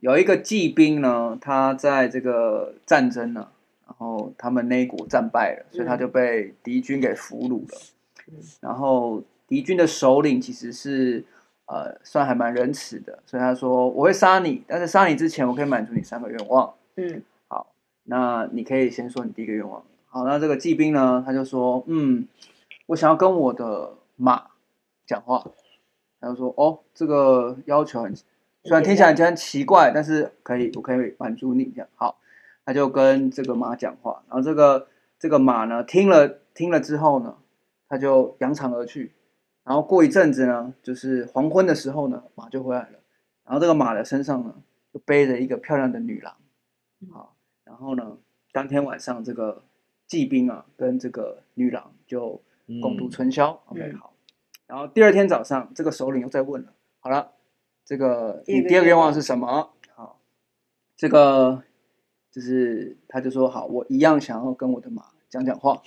有一个骑兵呢，他在这个战争呢，然后他们那一国战败了，所以他就被敌军给俘虏了。嗯然后敌军的首领其实是呃，算还蛮仁慈的，所以他说我会杀你，但是杀你之前我可以满足你三个愿望。嗯那你可以先说你第一个愿望。好，那这个骑兵呢，他就说，嗯，我想要跟我的马讲话。他就说，哦，这个要求很，虽然听起来很奇怪，但是可以，我可以满足你这样。好，他就跟这个马讲话，然后这个这个马呢，听了听了之后呢，他就扬长而去。然后过一阵子呢，就是黄昏的时候呢，马就回来了。然后这个马的身上呢，就背着一个漂亮的女郎。嗯好，然后呢，当天晚上这个骑兵啊，跟这个女郎就共度春宵。OK，嗯好。然后第二天早上，这个首领又在问了，好了，这个第二你个第二个愿愿望望是什么？好，这个就是他就说好，我一样想要跟我的马讲讲话。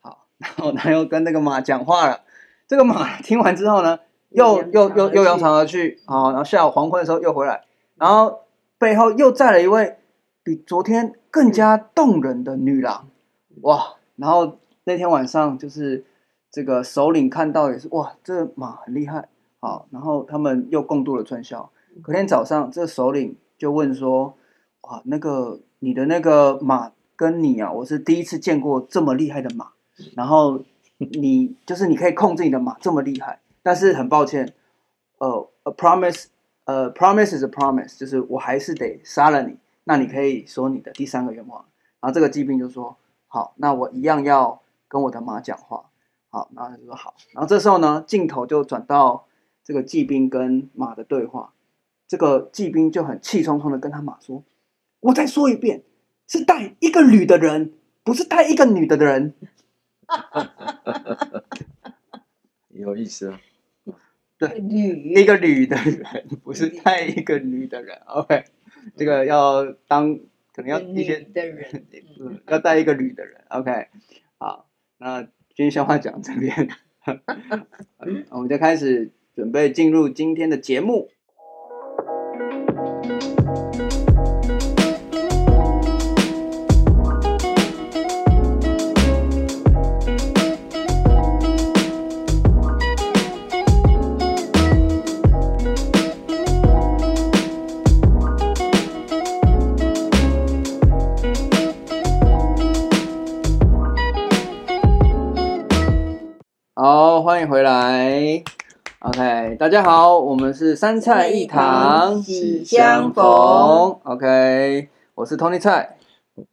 好，然后他又跟那个马讲话了。这个马听完之后呢，又嗯又又又扬长而去啊、好然后下午黄昏的时候又回来，然后背后又载了一位比昨天更加动人的女郎，哇！然后那天晚上就是这个首领看到也是哇，这马很厉害，好，然后他们又共度了春宵。隔天早上，这首领就问说：“哇，那个你的那个马跟你啊，我是第一次见过这么厉害的马。然后你就是你可以控制你的马这么厉害，但是很抱歉，呃，a promise，呃，promise is a promise，就是我还是得杀了你。那你可以说你的第三个愿望。然后这个骑兵就说：好，那我一样要跟我的马讲话。好，然后他就说好。然后这时候呢，镜头就转到这个骑兵跟马的对话。这个骑兵就很气冲冲的跟他马说：“我再说一遍，是带一个女的人，不是带一个女的人。有意思啊，女一个女的人，不是带一个女的人。OK，这个要当可能要一些女的 人，嗯，要带一个女的人。OK，好，那今天笑话讲这边，嗯我们就开始准备进入今天的节目。好，欢迎回来。OK，大家好，我们是三菜一汤喜相逢。逢。OK，我是 Tony 蔡。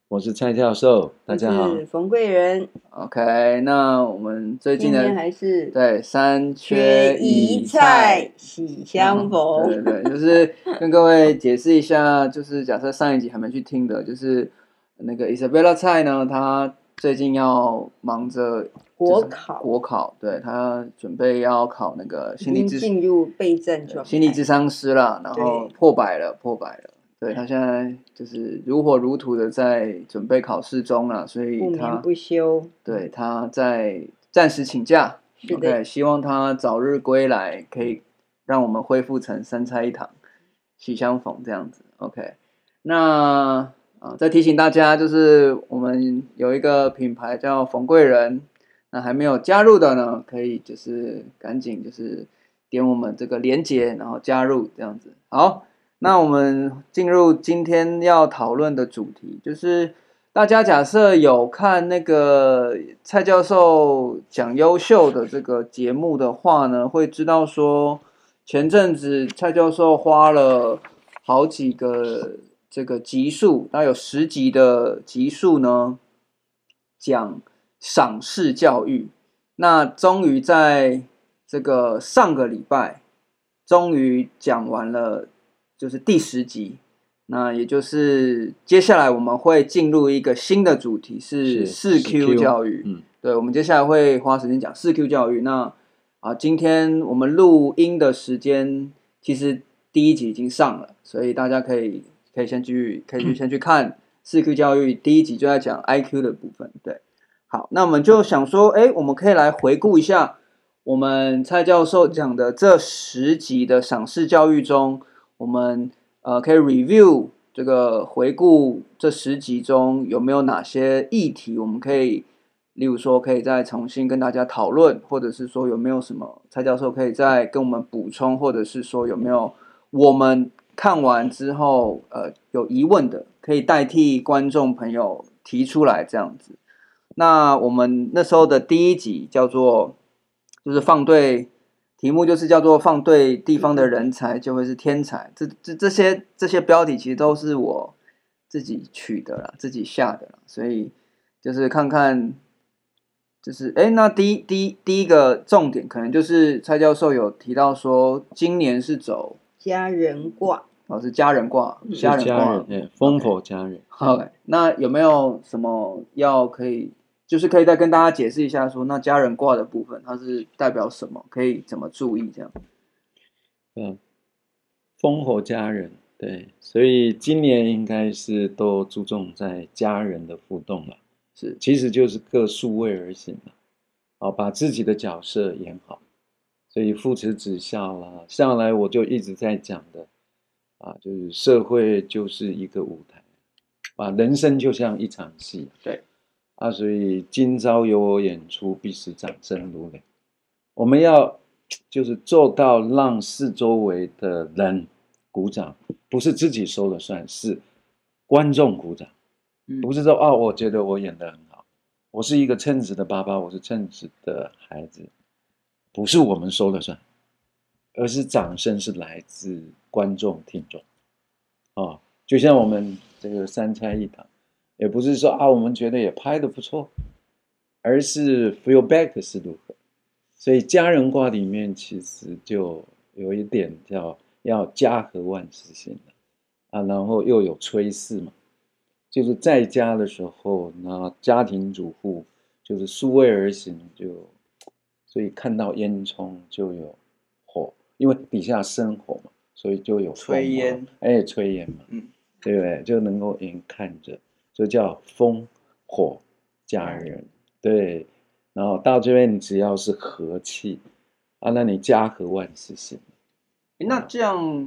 我是蔡教授，大家好我，是冯贵人， OK，那我们最今近的天还是对三缺缺一一菜喜 相嗯对逢，对对，就是跟各位解释一下，就是假设上一集还没去听的，就是那个 Isabella 蔡呢，她最近要忙着国就是考国考，对她准备要考那个心理已智经进入备战状态，心理智商师啦，然后对破百了，破百了。对她现在就是如火如荼的在准备考试中了，所以不她眠不休，对她在暂时请假是的，OK，希望她早日归来，可以让我们恢复成三菜一汤，喜相逢这样子。OK，那啊、呃再提醒大家，就是我们有一个品牌叫冯贵人，那还没有加入的呢，可以就是赶紧就是点我们这个链接，然后加入这样子。好，那我们进入今天要讨论的主题，就是大家假设有看那个蔡教授讲优秀的这个节目的话呢，会知道说前阵子蔡教授花了好几个这个集数，那有十集的集数呢，讲赏识教育。那终于在这个上个礼拜，终于讲完了，就是第十集。那也就是接下来我们会进入一个新的主题是四 Q 教育。嗯，对，我们接下来会花时间讲四 Q 教育。那啊，今天我们录音的时间其实第一集已经上了，所以大家可以可以先去可以去先去看四 Q 教育第一集就在讲 IQ 的部分。对，好，那我们就想说，哎，我们可以来回顾一下我们蔡教授讲的这十集的赏识教育中，我们呃，可以 review 这个回顾这十集中有没有哪些议题，我们可以，例如说可以再重新跟大家讨论，或者是说有没有什么蔡教授可以再跟我们补充，或者是说有没有我们看完之后呃有疑问的，可以代替观众朋友提出来这样子。那我们那时候的第一集叫做，就是放对题目，就是叫做放对地方的人才就会是天才。这这这些这些标题其实都是我自己取的啦，自己下的啦，所以就是看看，就是哎，诶那第一第一第一个重点可能就是蔡教授有提到说，今年是走家人卦，老是家人卦，嗯家是人家卦人，，哎，风火家人。 OK，那有没有什么要可以，就是可以再跟大家解释一下说，那家人卦的部分它是代表什么，可以怎么注意这样？嗯，烽火家人，对，所以今年应该是都注重在家人的互动了，是其实就是各数位而行了，好，把自己的角色演好，所以父慈子孝啦，向来我就一直在讲的，啊，就是社会就是一个舞台，啊，人生就像一场戏，对，啊，所以今朝有我演出，必使掌声如雷。我们要就是做到让四周围的人鼓掌，不是自己说了算，是观众鼓掌，嗯不是说啊，我觉得我演得很好，我是一个称职的爸爸，我是称职的孩子，不是我们说了算，而是掌声是来自观众听众，啊，就像我们这个三菜一汤，也不是说啊，我们觉得也拍得不错，而是 feedback 是如何。所以家人卦里面其实就有一点叫要家和万事兴了啊，然后又有炊事嘛，就是在家的时候，那家庭主妇就是数位而行就，所以看到烟囱就有火，因为底下生火嘛，所以就有炊风啊烟，哎，炊烟嘛，嗯，对不对？就能够眼看着，就叫风火家嗯人，对。然后到这边你只要是和气啊，那你家和万事兴。诶那这样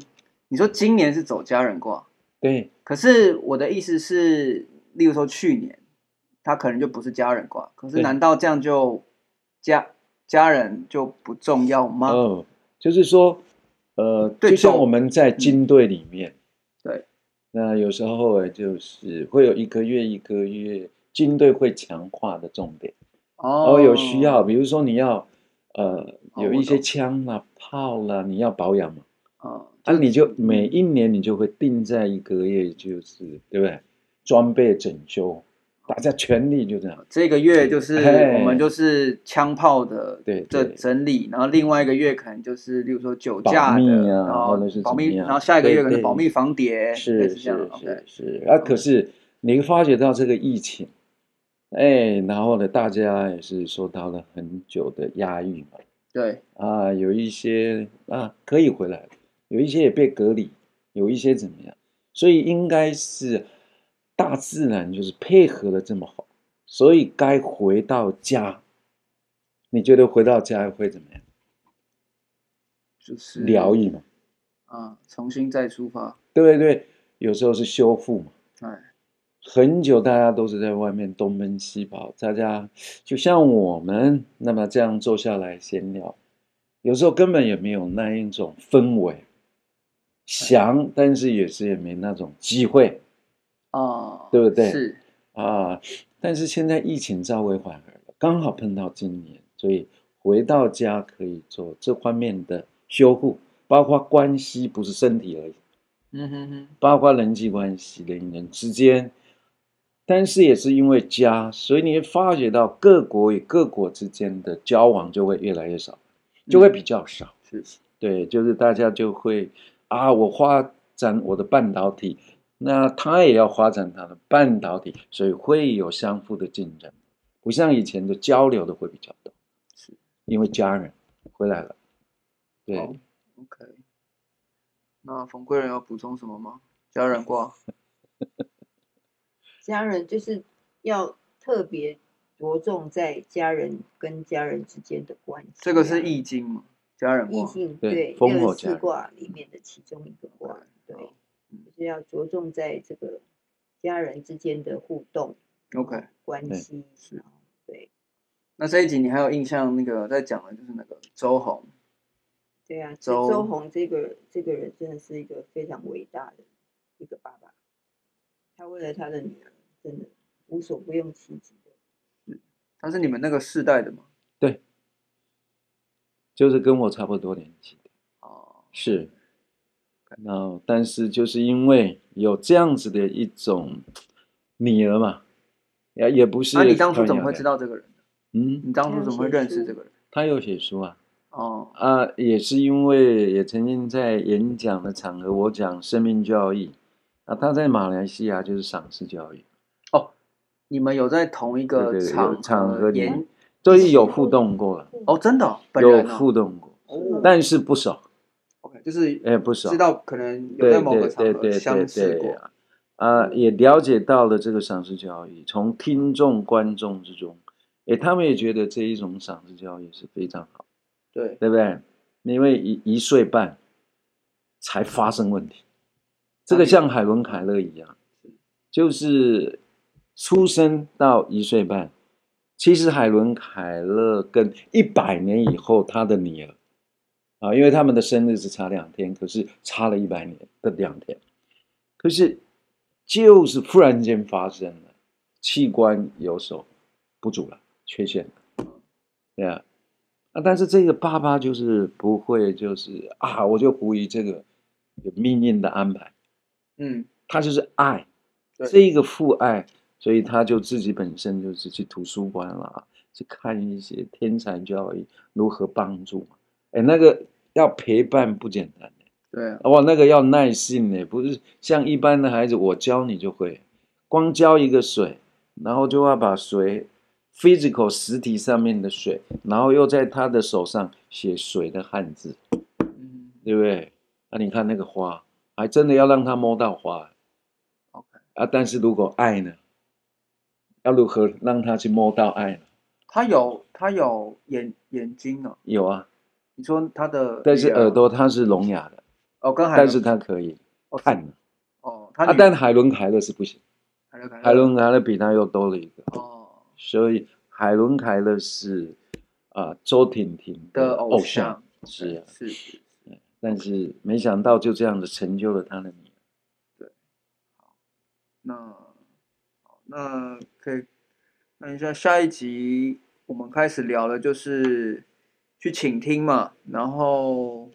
你说今年是走家人卦，对，可是我的意思是，例如说去年，它可能就不是家人卦，可是对难道这样就家家人就不重要吗？哦，就是说，呃，对就像走我们在军队里面，对，那有时候哎，就是会有一个月一个月，军队会强化的重点，哦哦，有需，要，比如说你要，呃，哦有我一些懂枪啦、炮啦，你要保养嘛，嗯，啊，你就每一年你就会定在一个月，就是对不对？装备整哦修，大家全力就这样。这个月就是哎我们就是枪炮的对这对整理，然后另外一个月可能就是例如说酒驾保密的，啊然后或者是保怎密，么样然后下一个月可能对对保密防谍，类是似这样是，OK，是是，啊，可是你会发觉到这个疫情，哎，然后呢，大家也是受到了很久的压抑嘛，对，啊，有一些啊可以回来了，有一些也被隔离，有一些怎么样，所以应该是大自然就是配合的这么好，所以该回到家，你觉得回到家会怎么样？就是疗愈嘛，啊，重新再出发，对不对？有时候是修复嘛。哎，很久大家都是在外面东奔西跑，大家就像我们那么这样坐下来闲聊，有时候根本也没有那一种氛围，想，但是也是也没那种机会哦，对不对是，啊。但是现在疫情稍微缓和了，刚好碰到今年，所以回到家可以做这方面的修复，包括关系，不是身体而已。嗯哼哼，包括人际关系、人与人之间。但是也是因为家，所以你会发觉到各国与各国之间的交往就会越来越少，嗯就会比较少。是，对，就是大家就会啊，我发展我的半导体，那他也要发展他的半导体，所以会有相互的竞争，不像以前的交流的会比较多，是因为家人回来了。对，好，OK。那冯贵人要补充什么吗？家人卦，家人就是要特别着重在家人跟家人之间的关系啊。这个是易经嘛？家人易卦，经对对烽六十火家四人卦里面的其中一个卦，对，就是要着重在这个家人之间的互动、 OK，关对系，是然后对那这一集你还有印象那个在讲的就是那个周红，对啊，其实周周红这个这个人真的是一个非常伟大的一个爸爸，他为了他的女儿真的无所不用其极的，他是你们那个世代的嘛？就是跟我差不多年纪的，哦，是。然后，但是就是因为有这样子的一种女儿嘛，也也不是。啊那、你当初怎么会知？道这个人？嗯，你当初怎么会认识这个人？他有写书啊，哦，啊，也是因为也曾经在演讲的场合，我讲生命教育，啊，他在马来西亚就是赏识教育，你们有在同一对个对对场有场合合里演面所以有互动过了，哦，真的哦、本有人哦互动过，哦但是不少， ，OK，就是哎，不少知，道可能有对在某对个场对合对对相识对过，啊啊，也了解到了这个赏识教育，从听众观众之中，哎，他们也觉得这一种赏识教育是非常好，对，对不对？因为一一岁半才发生问题，这个像海伦凯勒一样，就是出生到一岁半。其实海伦凯勒跟一百年以后她的女儿啊，因为他们的生日是差两天，可是差了一百年的两天，可是就是忽然间发生了，器官有所不足了，缺陷了，对啊，啊，但是这个爸爸就是不会，就是啊，我就狐疑这个有命运的安排，嗯，他就是爱对，这一个父爱，所以他就自己本身就是去图书馆啦，去看一些天才教育如何帮助嘛，哎，那个要陪伴不简单的，对啊，哇，那个要耐心呢，不是像一般的孩子，我教你就会，光浇一个水，然后就要把水 physical 实体上面的水，然后又在他的手上写水的汉字，嗯对不对？那、你看那个花，还真的要让他摸到花，OK，啊！但是如果爱呢，要如何让他去摸到爱呢？他有他有眼眼睛哦，有啊，你说他的，啊但是耳朵它是聋哑的，哦，跟海但伦是它可以哦看的哦，他啊。女啊但海伦凯勒是不行，海伦凯勒海伦凯勒比他又多了一个。哦所以海伦凯勒是啊、周婷婷的偶偶像是啊，是是但是没想到就这样子成就了他的女儿。那好，那可以，那你像下一集我们开始聊的就是去倾听嘛，然后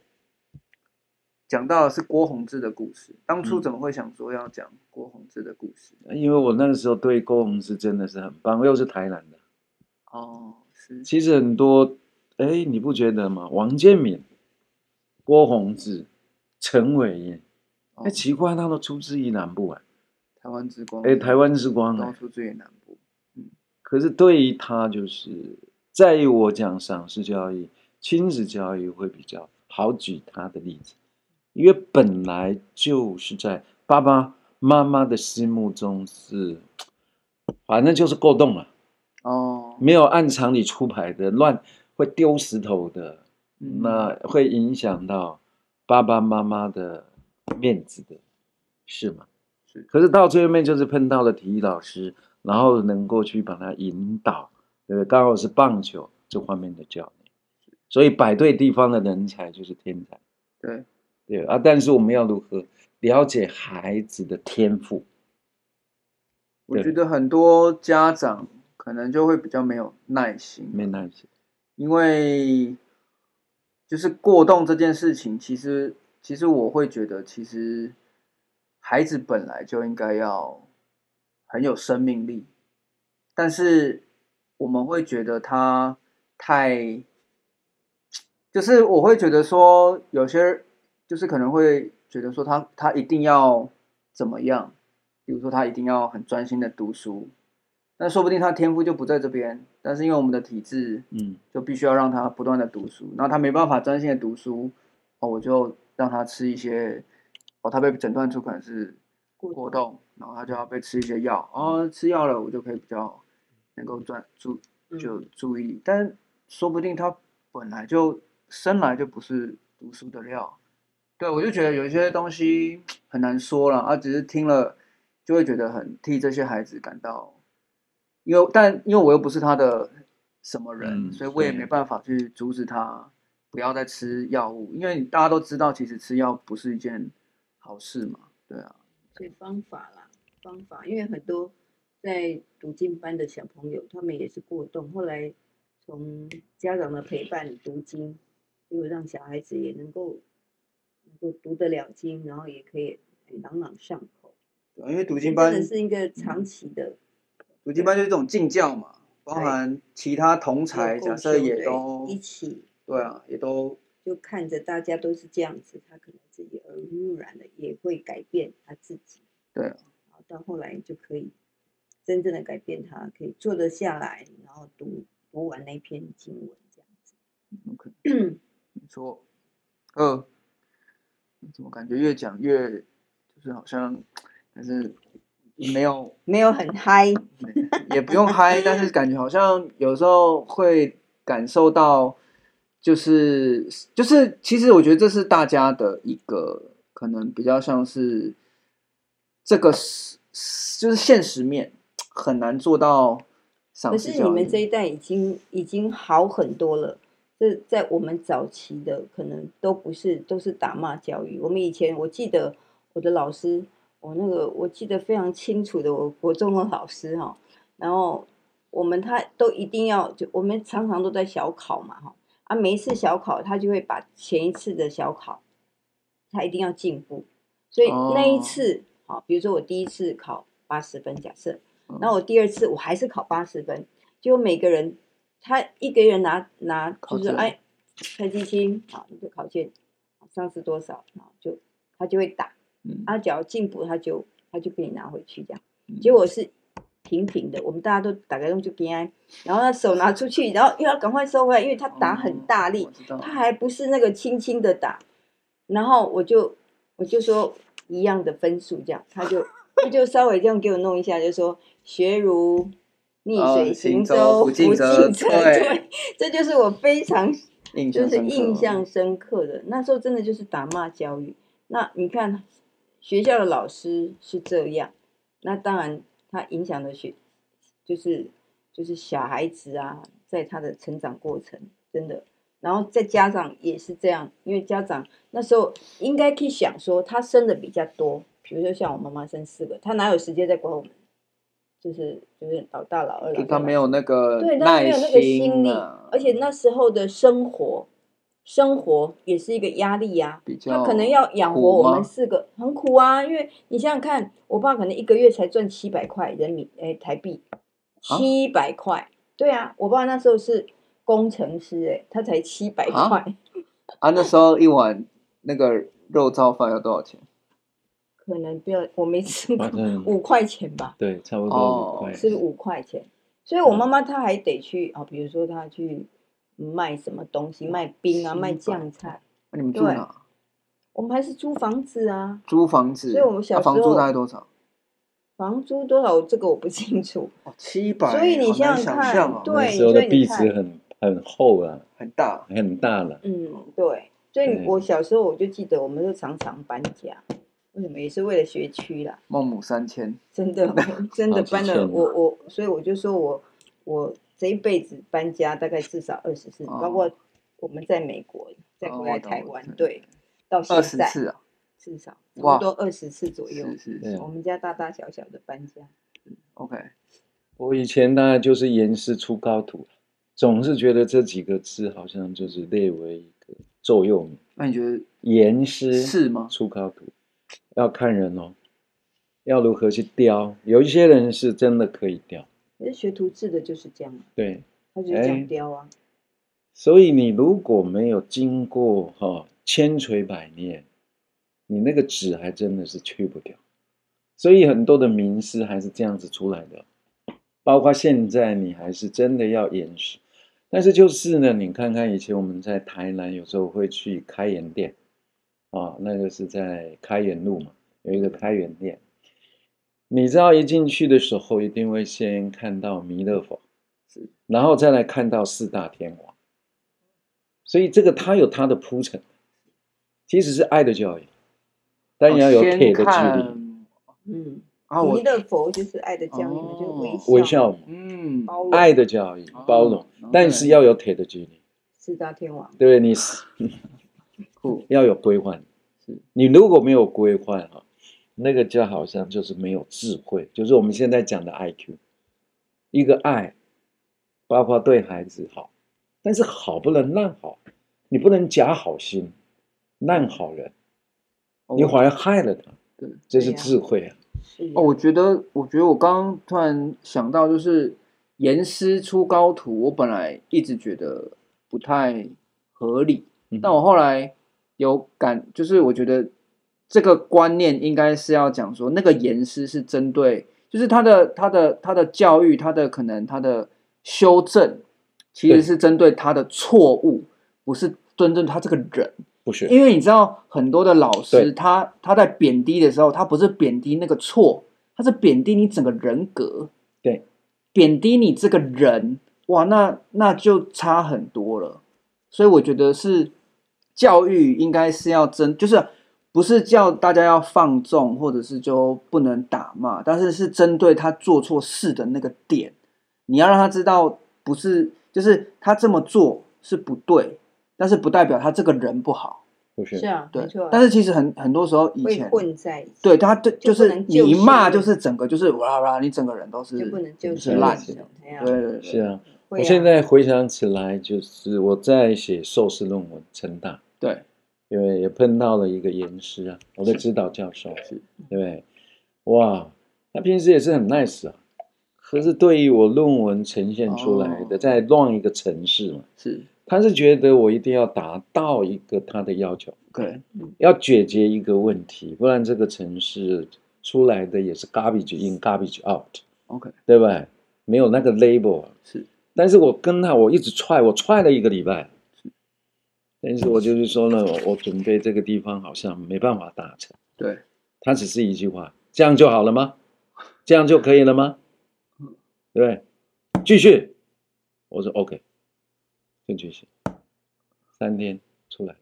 讲到的是郭宏志的故事，当初嗯怎么会想说要讲郭宏志的故事？因为我那个时候对郭宏志真的是很棒，我又是台南的。哦，是其实很多，哎，你不觉得吗？王建民、郭宏志、陈伟业，哦哎，奇怪，他都出自于南部啊，台湾之光，哎，台湾之光当啊。初最南部，可是对于他，就是在于我讲赏识教育、亲子教育会比较好举他的例子，因为本来就是在爸爸妈妈的心目中是，反正就是过动了，哦，没有按常理出牌的，乱会丢石头的，嗯那会影响到爸爸妈妈的面子的，是吗？是可是到最后面就是碰到了体育老师，然后能够去把他引导，对不对？刚好是棒球这方面的教练，所以摆对地方的人才就是天才，对，对啊。但是我们要如何了解孩子的天赋？我对觉得很多家长可能就会比较没有耐心，没耐心，因为就是过动这件事情，其实其实我会觉得，其实孩子本来就应该要很有生命力，但是我们会觉得他太，就是我会觉得说有些就是可能会觉得说他他一定要怎么样，比如说他一定要很专心的读书。但说不定他天赋就不在这边，但是因为我们的体制，嗯，就必须要让他不断的读书，然后他没办法专心的读书，哦，我就让他吃一些，哦，他被诊断出可能是过过动，然后他就要被吃一些药，哦，吃药了我就可以比较能够专注嗯就注意力，但说不定他本来就生来就不是读书的料，对，我就觉得有一些东西很难说了啊，只是听了就会觉得很替这些孩子感到，因为但因为我又不是他的什么人，嗯所以我也对没办法去阻止他不要再吃药物，因为大家都知道，其实吃药不是一件好事嘛，对啊，所以方法啦，方法，因为很多在读经班的小朋友，他们也是过动，后来从家长的陪伴读经，就让小孩子也能够能够读得了经，然后也可以哎朗朗上口。对啊因为读读经班真的是一个长期的，读经班就是一种进教嘛，包对含其他同才，有共假设修也对都一起对啊，也都就看着大家都是这样子，他可能自己耳濡目染的也会改变他自己。对然后到后来就可以真正的改变他，可以坐得下来，然后读读完那篇经文这样子。 OK，没错。呃，怎么感觉越讲越就是好像，但是没有，没有很嗨，也不用嗨，但是感觉好像有时候会感受到，就是就是，其实我觉得这是大家的一个可能比较像是这个是就是现实面很难做到赏可识是教育。你们这一代已经已经好很多了。这在我们早期的可能都不是，都是打骂教育。我们以前我记得我的老师，我那个我记得非常清楚的，我国中的老师哈、然后我们他都一定要就我们常常都在小考嘛哈啊，每一次小考他就会把前一次的小考，他一定要进步，所以那一哦次好、比如说我第一次考八十分，假设嗯，那我第二次我还是考八十分，结果每个人他一个人拿拿考就是卷哎，开机心好你的考卷上次多少，然后就他就会打。嗯啊，只要进步，他就他就给你拿回去这样。嗯结果是平平的，我们大家都打开用就平安，然后他手拿出去，然后又要赶快收回来，因为他打很哦大力我，知道他还不是那个轻轻的打。然后我就我就说一样的分数这样，他就他就稍微这样给我弄一下，就说学如逆哦水行行舟舟，不进则退则退。这就是我非常印象就是深刻哦印象深刻的。那时候真的就是打骂教育。那你看学校的老师是这样，那当然他影响的学就是就是小孩子啊，在他的成长过程真的。然后再家长也是这样，因为家长那时候应该可以想说，他生的比较多，比如说像我妈妈生四个，她哪有时间在管我们？就是就是老大老二，老就三他老没有那个对，他耐没有那个心心力啊，，而且那时候的生活，生活也是一个压力呀、比较他可能要养活苦我吗们四个，很苦啊。因为你想想看，我爸可能一个月才赚七百块人民诶、台币，啊七百块。对啊，我爸那时候是工程师诶、他才七百啊块，啊，那时候一碗那个肉燥饭要多少钱？可能不要我没吃过嗯反，正五块钱吧。对，差不哦多五块。是五块钱。所以嗯我妈妈她还得去啊、比如说她去卖什么东西，卖冰啊，七卖百酱菜。那啊你们住对哪？我们还是租房子啊，租房子，所以我们小啊房时租候大概多少？房租多少这个我不清楚。哦，七百。所以你好难想想看象哦那对时候的所以你壁看纸很很厚啊，很大。很大了。嗯，对。所以对我小时候我就记得，我们就常常搬家，为什么也是为了学区啦。孟母三迁，真的真的好几搬千了啊我我，所以我就说我我这一辈子搬家大概至少二十次，包哦括我们在美国，再哦回我来懂台我湾，懂对，到现二十在次啊，至少差哇不多二十次左右是。是对是我们家大大小小的搬家， ，OK，我以前呢就是严师出高徒，总是觉得这几个字好像就是列为一个座右铭。那你觉得严师是吗出高徒，要看人哦，要如何去雕。有一些人是真的可以雕，可是学徒制的就是这样啊，对。他就是这哎样雕啊。所以你如果没有经过哈、千锤百炼，你那个纸还真的是去不掉。所以很多的名师还是这样子出来的，包括现在你还是真的要严实。但是就是呢，你看看以前我们在台南有时候会去开元店，啊，那个是在开元路嘛，有一个开元店。你知道一进去的时候，一定会先看到弥勒佛是，然后再来看到四大天王。所以这个它有它的铺陈，其实是爱的教育，但也要有哦先铁的距离，看嗯，啊，我弥勒佛就是爱的教育嘛，就是微哦笑，微笑嘛，嗯，包容，爱的教育哦包容， ，OK 但是要有铁的距离，四大天王，对不对？你是酷，要有规划，啊是你如果没有规划哈，那个就好像就是没有智慧，就是我们现在讲的 IQ。一个爱，包括对孩子好，但是好不能烂好，你不能假好心，烂好人，哦你反而害了他。对，这是对呀智慧啊！是哦，我觉得，我觉得我刚刚突然想到，就是严师出高徒，我本来一直觉得不太合理，嗯但我后来有感，就是我觉得这个观念应该是要讲说，那个严师是针对，就是他的他的他的教育，他的可能他的修正，其对实是针对他的错误，不是针对他这个人。不是，因为你知道很多的老对师，他他在贬低的时候，他不是贬低那个错，他是贬低你整个人格，对，贬低你这个人，哇，那那就差很多了。所以我觉得是教育应该是要真，就是不是叫大家要放纵，或者是就不能打骂，但是是针对他做错事的那个点，你要让他知道不是，就是他这么做是不对，但是不代表他这个人不好。不是是，啊，对没错啊，，但是其实很很多时候以会前，混在一起，对他对就就不是能你就一骂事就是整个就是哇哇，你整个人都是就不能就是事烂论的事，哎呀对对对，是啊。会我啊现在回想起来，就是我在写硕士论文，成大，对因为也碰到了一个严师啊，我的指导教授，是对不对？哇，他平时也是很 nice 啊，可是对于我论文呈现出来的，哦在乱一个城市嘛，是，他是觉得我一定要达到一个他的要求，对要解决一个问题，不然这个城市出来的也是 garbage in garbage out， ，OK 对吧？没有那个 label，啊是但是我跟他我一直踹，我踹了一个礼拜，但是我就是说呢，我我准备这个地方好像没办法达成。对，他只是一句话，这样就好了吗？这样就可以了吗？对不对？继续，我说 OK，就继续。三天出来，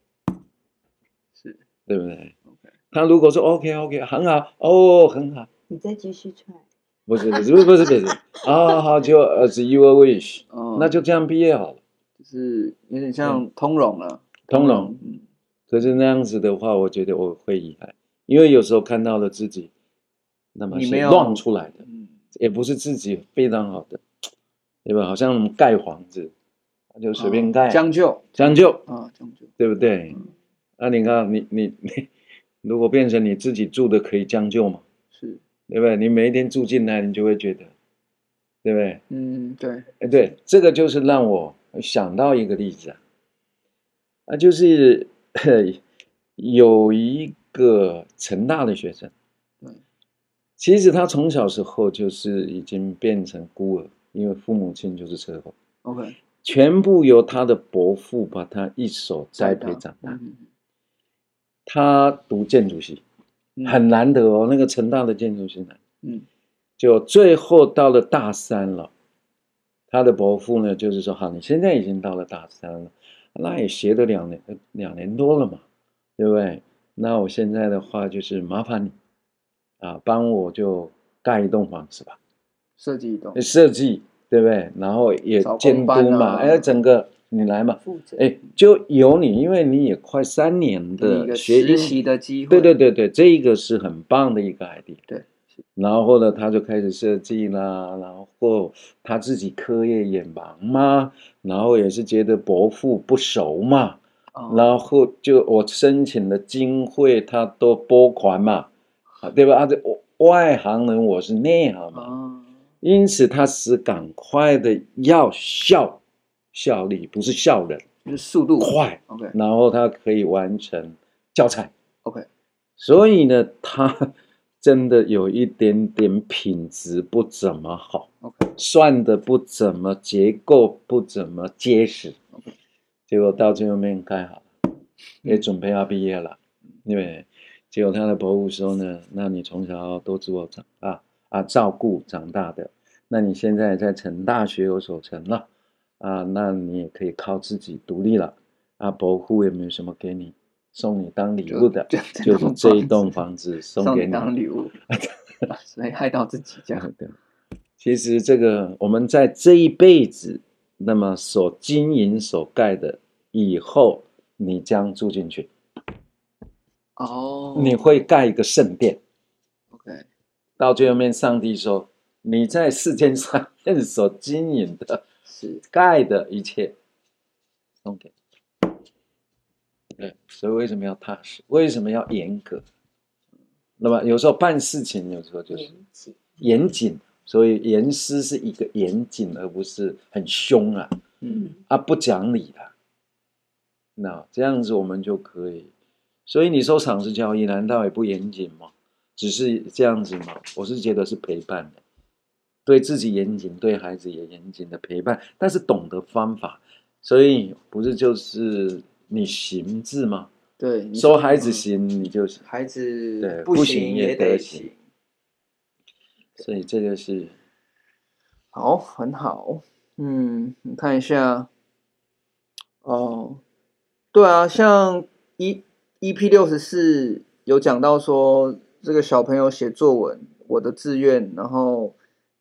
是对不对？ OK 他如果说 OK OK 很好哦很好，你再继续踹，不是不是不是不是不是啊好就 as your wish，哦，那就这样毕业好了。就是有点像通融了，通融，嗯，可是那样子的话，我觉得我会遗憾，因为有时候看到了自己那么你些没有乱出来的，嗯也不是自己非常好的，对吧？好像我们盖房子，就随便嗯盖，哦将就将就，啊，将就，对不对嗯？那、你看，你你你，如果变成你自己住的，可以将就嘛，是，对不对？你每一天住进来，你就会觉得，对不对？嗯，对，哎，对，这个就是让我想到一个例子啊，啊，就是有一个成大的学生嗯，其实他从小时候就是已经变成孤儿，因为父母亲就是车祸， ，OK，全部由他的伯父把他一手栽培长大。嗯他读建筑系，嗯很难得哦，那个成大的建筑系难。嗯就最后到了大三了，他的伯父呢，就是说，好，你现在已经到了大三了，那也学了两年，呃两年多了嘛，对不对？那我现在的话就是麻烦你，啊，帮我就盖一栋房子吧，设计一栋，设计，对不对？然后也找工监督班啊嘛，哎，整个你来嘛，负责，哎，就由你，因为你也快三年给你一的个学实英习的机会，对对对对，这一个是很棒的一个 idea。对，然后呢，他就开始设计啦，然后他自己课业也忙嘛，然后也是觉得伯父不熟嘛，哦，然后就我申请的经费他都拨款嘛，啊对吧？啊，这外行人我是内行嘛，哦，因此他是赶快的要效效率，不是效人，就是速度快， ，OK 然后他可以完成教材。 OK，所以呢，他真的有一点点品质不怎么好 OK 算的不怎么，结构不怎么结实 OK 结果到最后面盖好了，嗯也准备要毕业了，因为结果他的伯父说呢，那你从小都是我长大啊照顾长大的，那你现在在成大学有所成了啊，那你也可以靠自己独立了啊，伯父也没有什么给你送你当礼物的就就就是这一栋房子送送给你你。当礼 物，所以害到自己这对样。对，其实这个我们在这一辈子，那么所经营所盖的，以后你将住进去，哦，你会盖一个圣殿。 OK，到最后面，上帝说：“你在世间上面所经营的、是盖的一切，送给你。”对，所以为什么要踏实？为什么要严格？那么有时候办事情，有时候就是年纪严谨，所以严师是一个严谨，而不是很凶啊嗯，啊不讲理的、那这样子我们就可以。所以你说赏识交易难道也不严谨吗？只是这样子吗？我是觉得是陪伴的，对自己严谨，对孩子也严谨的陪伴，但是懂得方法。所以不是就是你行字吗？对，你说孩子嗯行，你就行。孩子对不不行也也得得行行。所以这就是好，很好。嗯，你看一下，哦，对啊，像一 EP 六十四有讲到说，这个小朋友写作文，我的志愿，然后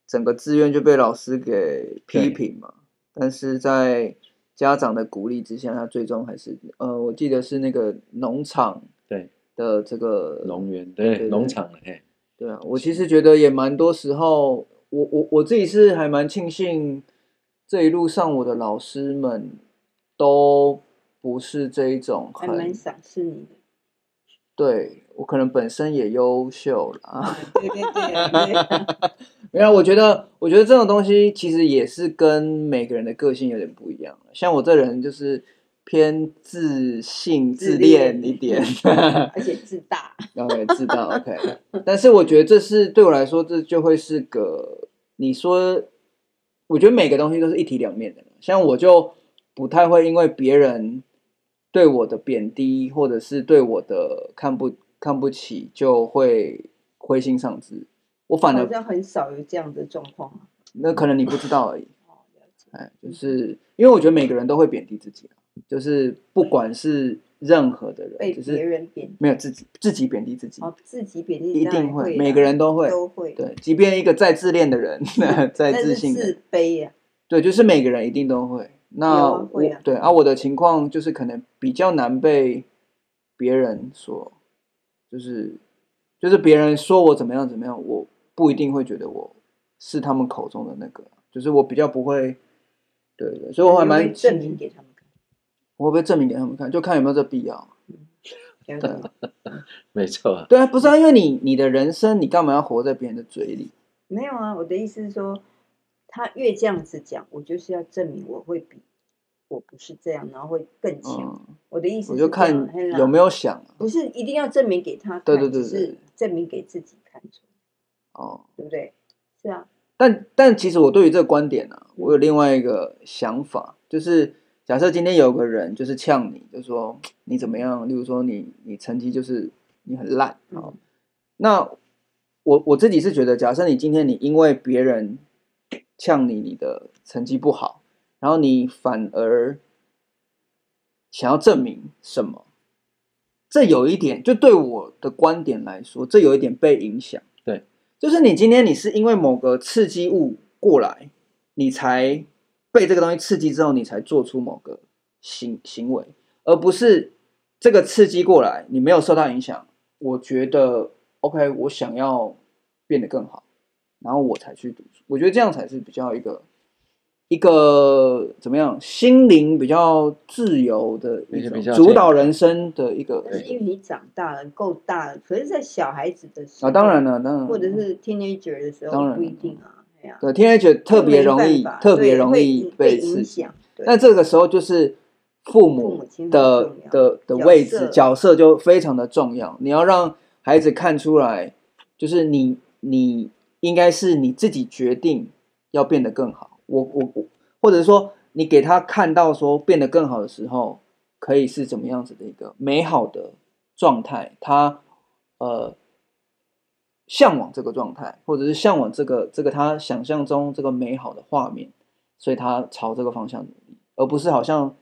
整个志愿就被老师给批对评嘛。但是在家长的鼓励之下，他最终还是，呃，我记得是那个农场对的这个农园，对对农场，嘿，对啊，我其实觉得也蛮多时候，我我我自己是还蛮庆幸，这一路上我的老师们都不是这一种还蛮很赏识你的。对我可能本身也优秀啦。对对对对， 没有，我觉得我觉得这种东西其实也是跟每个人的个性有点不一样。啊像我这人就是偏自信自自恋恋一 点，而且自大， OK，知道 OK，但是我觉得这是对我来说，这就会是个你说，我觉得每个东西都是一体两面的。像我就不太会因为别人对我的贬低，或者是对我的看不看不起，就会灰心丧志。我反好而像很少有这样的状况啊。那可能你不知道而已。哦，了解。哎，就是因为我觉得每个人都会贬低自己啊，就是不管是任何的人，被就别是人贬低，没有自己自己贬低自己。哦，自己贬低一当然定会，会啦，每个人都会，都会。对，即便一个再自恋的人， 再嗯但自是信的人，自卑啊，对，就是每个人一定都会。那有啊我会啊对啊，我的情况就是可能比较难被别人所，就是就是别人说我怎么样怎么样，我不一定会觉得我是他们口中的那个，就是我比较不会，对对，所以我还你蛮会证明，给他们看。我会不会证明给他们看，就看有没有这必要。了解没错啊，对啊，不是啊，因为你你的人生，你干嘛要活在别人的嘴里？没有啊，我的意思是说，他越这样子讲，我就是要证明我会比我不是这样，然后会更强。嗯，我的意思我是就这样看有没有，有想啊不是一定要证明给他看，对对对只对是证明给自己看出，哦。对不对？是啊，但但其实我对于这个观点呢、啊，我有另外一个想法，就是假设今天有个人就是呛你，就说你怎么样，例如说你你成绩就是你很烂，好，嗯那我我自己是觉得，假设你今天你因为别人呛你你的成绩不好，然后你反而想要证明什么，这有一点就对我的观点来说，这有一点被影响。对，就是你今天你是因为某个刺激物过来，你才被这个东西刺激之后，你才做出某个行行为，而不是这个刺激过来，你没有受到影响，我觉得 OK，我想要变得更好，然后我才去读书。我觉得这样才是比较一个一个怎么样，心灵比较自由的一而且种比较主健导康人生的一个但是因为你长大了，够大了，可是，在小孩子的时候，啊，当然，了，当然了，或者是 teenager 的时当候，然不一定啊，哎呀，对 teenager 特别没容易办法，特别对容会易被刺影激。响。对那这个时候就是父父母母亲很的重要的的角位色置角色就非常的重要，你要让孩子看出来，就是你你应该是你自己决定要变得更好。我我我，或者说你给他看到说变得更好的时候，可以是怎么样子的一个美好的状态，他呃向往这个状态，或者是向往这个这个他想象中这个美好的画面，所以他朝这个方向努力，而不是好像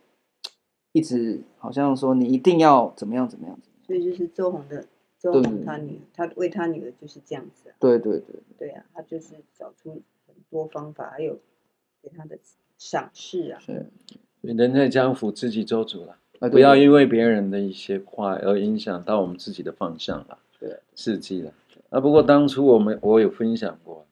一直好像说你一定要怎么样怎么样怎么样。所以就是周红的周对红他女，他为他女儿就是这样子啊，对对对，对啊，他就是找出很多方法，还有给他的赏识啊，是人在江湖，知己周足了。啊，对不要对因为别人的一些话而影响到我们自己的方向了，对，事迹了。啊，不过当初我们我有分享过，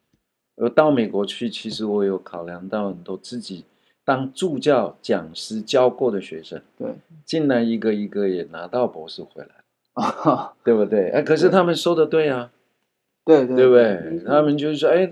我到美国去，其实我有考量到很多自己当助教、讲师教过的学生，对 竟然一个一个也拿到博士回来，啊，对不对？哎、可是他们说的对啊，对对嗯对不没对？错他们就是说，哎，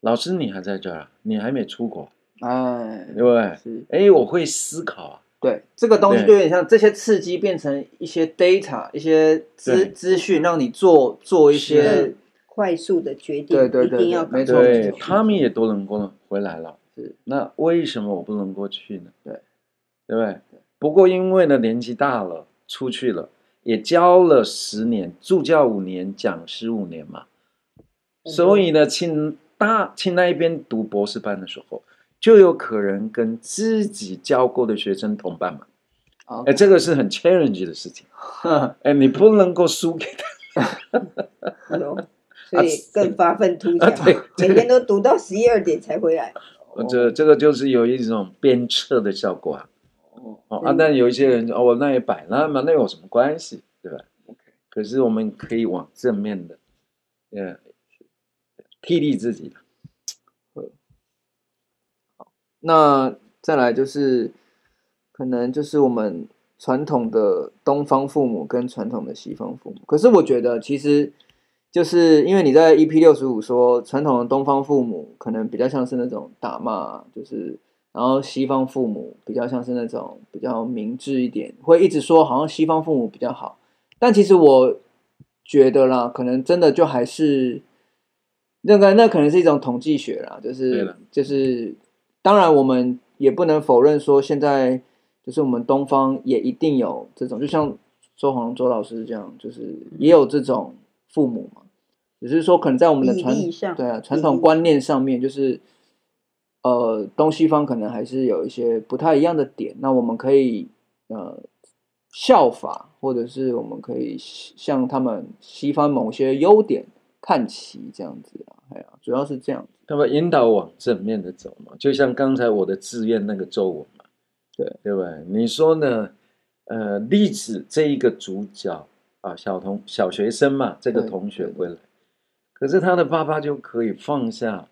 老师你还在这儿啊，你还没出国，哎对，不对？是哎，我会思考啊，对这个东西对就有点像这些刺激变成一些 data 一些资对资讯，让你做做一些是快速的决定对对对一定要对没赶错快没对错他们也都能够回来了。是那为什么我不能够去呢？对，对不对？不过因为呢年纪大了，出去了，也教了十年，助教五年，讲师五年嘛，嗯所以呢，请大请那一边读博士班的时候，就有可能跟自己教过的学生同伴嘛。啊 哦哎，这个是很 challenge 的事情。呵哎，你不能够输给他。有啊所以更发愤图 啊强，对每 天都读到十一二点才回 来。这这个就是有一种鞭策的效果啊。哦哦真啊，的但有一些人就哦，我那也摆烂嘛，那有什么关系，对吧？ ，OK，可是我们可以往正面的，呃，替励自己。那再来就是可能就是我们传统的东方父母跟传统的西方父母，可是我觉得其实就是因为你在 EP 六十五说传统的东方父母可能比较像是那种打骂，就是。然后西方父母比较像是那种比较明智一点，会一直说好像西方父母比较好，但其实我觉得啦，可能真的就还是那个那可能是一种统计学啦，就对是了就是，当然我们也不能否认说现在就是我们东方也一定有这种，就像周红周老师这样，就是也有这种父母嘛，只是说可能在我们的比传例上对啊比传统例观念上面就是。呃，东西方可能还是有一些不太一样的点，那我们可以呃效法，或者是我们可以向他们西方某些优点看齐，这样子啊，哎呀，主要是这样子，那么引导往正面的走嘛，就像刚才我的志愿那个周文嘛，对对吧？你说呢？呃，例子这一个主角啊，小同小学生嘛，这个对同学对回来，可是他的爸爸就可以放下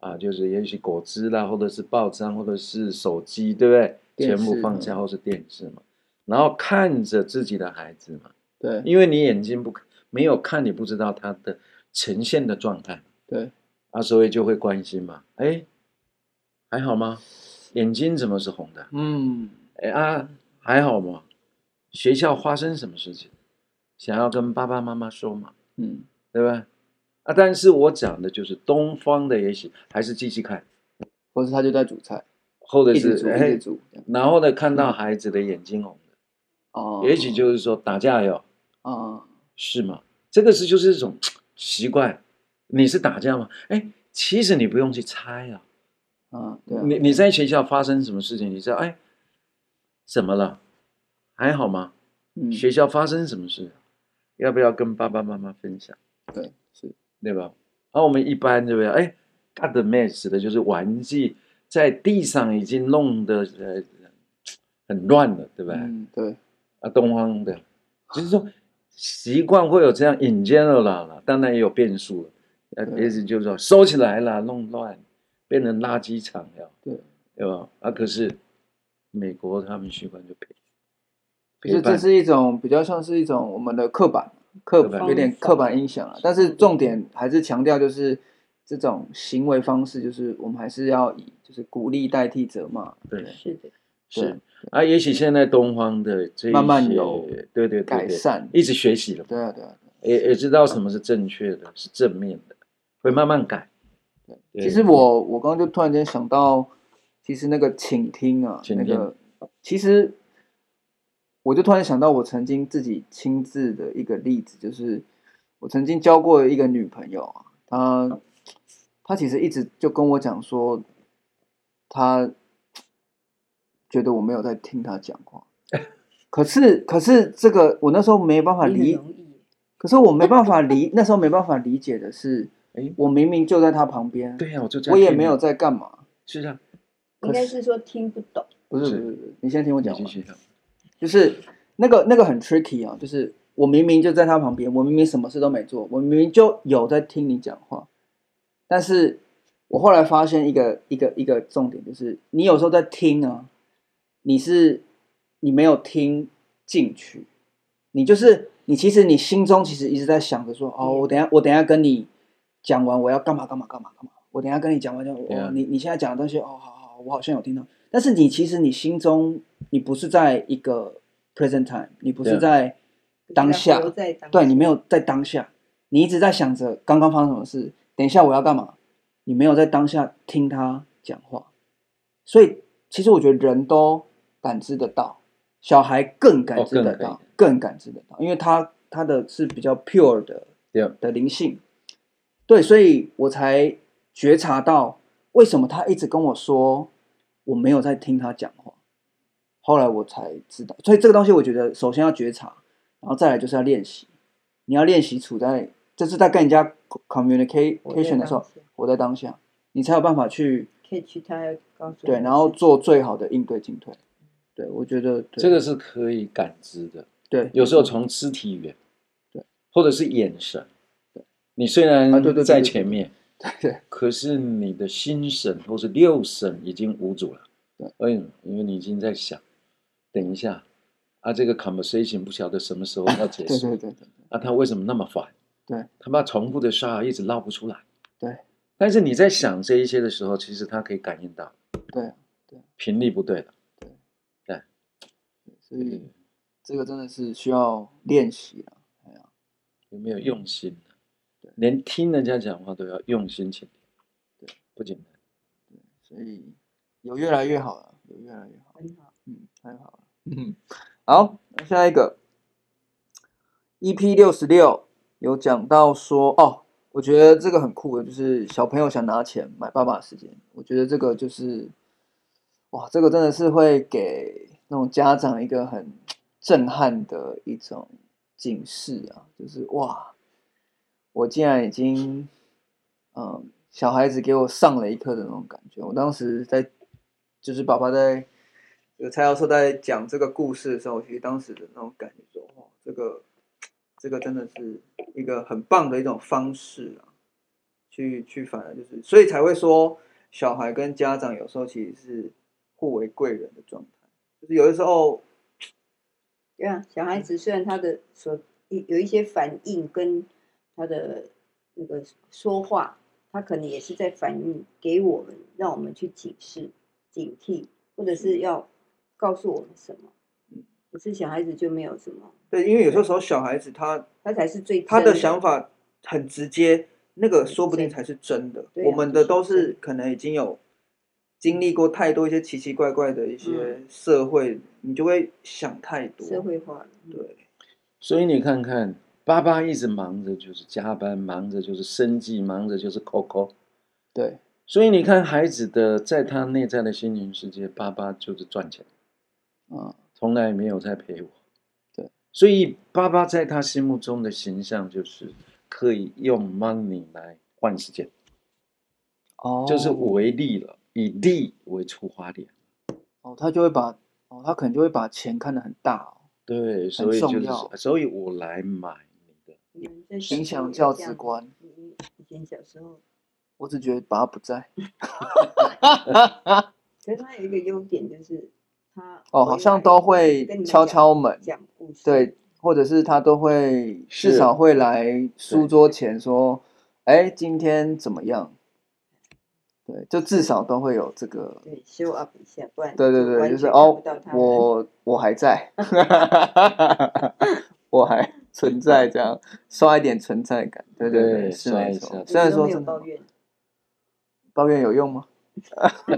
啊，就是也许果汁啦，或者是报章，或者是手机，对不对？电全视部放下，嗯或是电视嘛，然后看着自己的孩子嘛，对因为你眼睛不没有看，你不知道他的呈现的状态。对啊，所以就会关心嘛。哎，还好吗？眼睛怎么是红的？嗯，哎啊，还好吗？学校发生什么事情？想要跟爸爸妈妈说嘛，嗯对吧？啊，但是我讲的就是东方的，也许还是继续看，或是他就在煮菜，或者一直煮是一哎直，嗯煮，这样然后呢，看到孩子的眼睛红的，哦，也许就是说打架哟，啊，是吗？这个是就是一种奇怪，你是打架吗？哎，其实你不用去猜啊，啊，对啊，你你在学校发生什么事情？你知道？哎，怎么了？还好吗？嗯学校发生什么事？要不要跟爸爸妈妈分享？对是，对吧？而、我们一般对不对？哎，got the mess 的就是玩具在地上已经弄得呃很乱了，对不对？嗯对，啊，东方的，就是说习惯会有这样 in general 啦，当然也有变数了。呃，对也许就是说收起来了，弄乱，变成垃圾场了。对，对吧？啊，可是美国他们习惯就陪就这陪伴，是一种比较像是一种我们的刻板刻刻板有点方法刻板印象了，但是重点还是强调就是这种行为方式，就是我们还是要以就是鼓励代替责骂，对，是的，对是啊，也许现在东方的这一慢慢些有对对对改对善一直学习了，对啊对啊。也也知道什么是正确的，是正面的，会慢慢改。对其实我我刚刚就突然间想到，其实那个倾听啊，倾那听个其实我就突然想到，我曾经自己亲自的一个例子，就是我曾经交过一个女朋友啊，她她其实一直就跟我讲 说，她觉得我没有在听她讲话，可是可是这个我那时候没办法你很理，容易，可是我没办法理，那时候没办法理解的是，哎，我明明就在他旁 边，对呀、啊我就这样我也骗没你有，在干嘛。是啊，应该是说听不懂。不是不是是，不是你先听我你讲继完。续讲，就是那个那个很 tricky 啊，就是我明明就在他旁边，我明明什么事都没做，我明明就有在听你讲话，但是我后来发现一个一个一个重点，就是你有时候在听啊，你是你没有听进去，你就是你其实你心中其实一直在想着说，嗯哦，我等一下我等一下跟你讲完我要干嘛干嘛干嘛干嘛，我等一下跟你讲完就、对啊哦，你你现在讲的东西，哦，好好，我好像有听到，但是你其实你心中你不是在一个 present time，你不对是啊在当下，活在当下对你没有在当下，你一直在想着刚刚发生什么事，等一下我要干嘛，你没有在当下听他讲话，所以其实我觉得人都感知得到，小孩更感知得到，哦更感知得到，因为他他的是比较 pure 的对啊，的灵性，对，所以我才觉察到为什么他一直跟我说我没有在听他讲话，后来我才知道，所以这个东西我觉得首先要觉察，然后再来就是要练习，你要练习处在就是在跟人家 communication 的时候，活在当下，你才有办法去可以去他要告诉我对，然后做最好的应对进退。对，我觉得对这个是可以感知的。对，有时候从肢体语言，对，或者是眼神对，你虽啊对对对然在对对前面， 对可是你的心神或是六神已经无主了，对，为什么？因为你已经在想，等一下啊，这个 conversation 不晓得什么时候要结对束，对对对啊，他为什么那么烦？对，他妈重复的沙一直绕不出来。对，但是你在想这一些的时候，其实他可以感应到对，频率不对了。所以这个真的是需要练习啊。哎呀有没有用心呢对连听人家讲话都要用心倾听，对，不简单。所以有越来越好了，有越来越好，很好。嗯，太好了，嗯，好，那下一个 EP 六十六有讲到说，哦，我觉得这个很酷的，就是小朋友想拿钱买爸爸的时间，我觉得这个就是，哇，这个真的是会给那种家长一个很震撼的一种警示啊，就是哇，我竟然已经，嗯，小孩子给我上了一课的那种感觉。我当时在，就是爸爸在，有蔡教授在讲这个故事的时候，我其实当时的那种感觉说，哇，这个，这个真的是一个很棒的一种方式啊，去去反而就是，所以才会说，小孩跟家长有时候其实是互为贵人的状态，就是有的时候，对啊，小嗯孩子虽然他的所有有一些反应跟他的那个说话，他可能也是在反应给我们，让我们去警示、警惕，或者是要告诉我们什么嗯。可是小孩子就没有什么，对，因为有时候小孩子他他才是最他真的想法很直接，那个说不定才是真的。对啊我们的都就是是可能已经有经历过太多一些奇奇怪怪的一些社会，你就会想太多。嗯社会化了。嗯对所以你看看，爸爸一直忙着就是加班，忙着就是生计，忙着就是扣扣。对所以你看孩子的，在他内在的心灵世界，爸爸就是赚钱，啊，从来没有在陪我。对，所以爸爸在他心目中的形象就是可以用 money 来换时间，哦，就是为利了，以利为出发点。哦，他就会把哦，他可能就会把钱看得很大、哦，对，所以就重是要，所以我来买你的。你们在小影时候响有价这值样吗。观。你你以前小时候，我只觉得爸爸不在。可是他有一个优点就是他哦，回好像来都会跟你们敲讲敲门，讲故事。对，或者是他都会至是少会来书桌前说，哎，今天怎么样？对，就至少都会有这个，对，show up 一下，不然对对对，完就是全看不哦到他，们我我还 在，我还存在，这样刷一点存在感，对对，对是刷没一错下。虽然你都说没有真的 抱怨，抱怨有用吗？我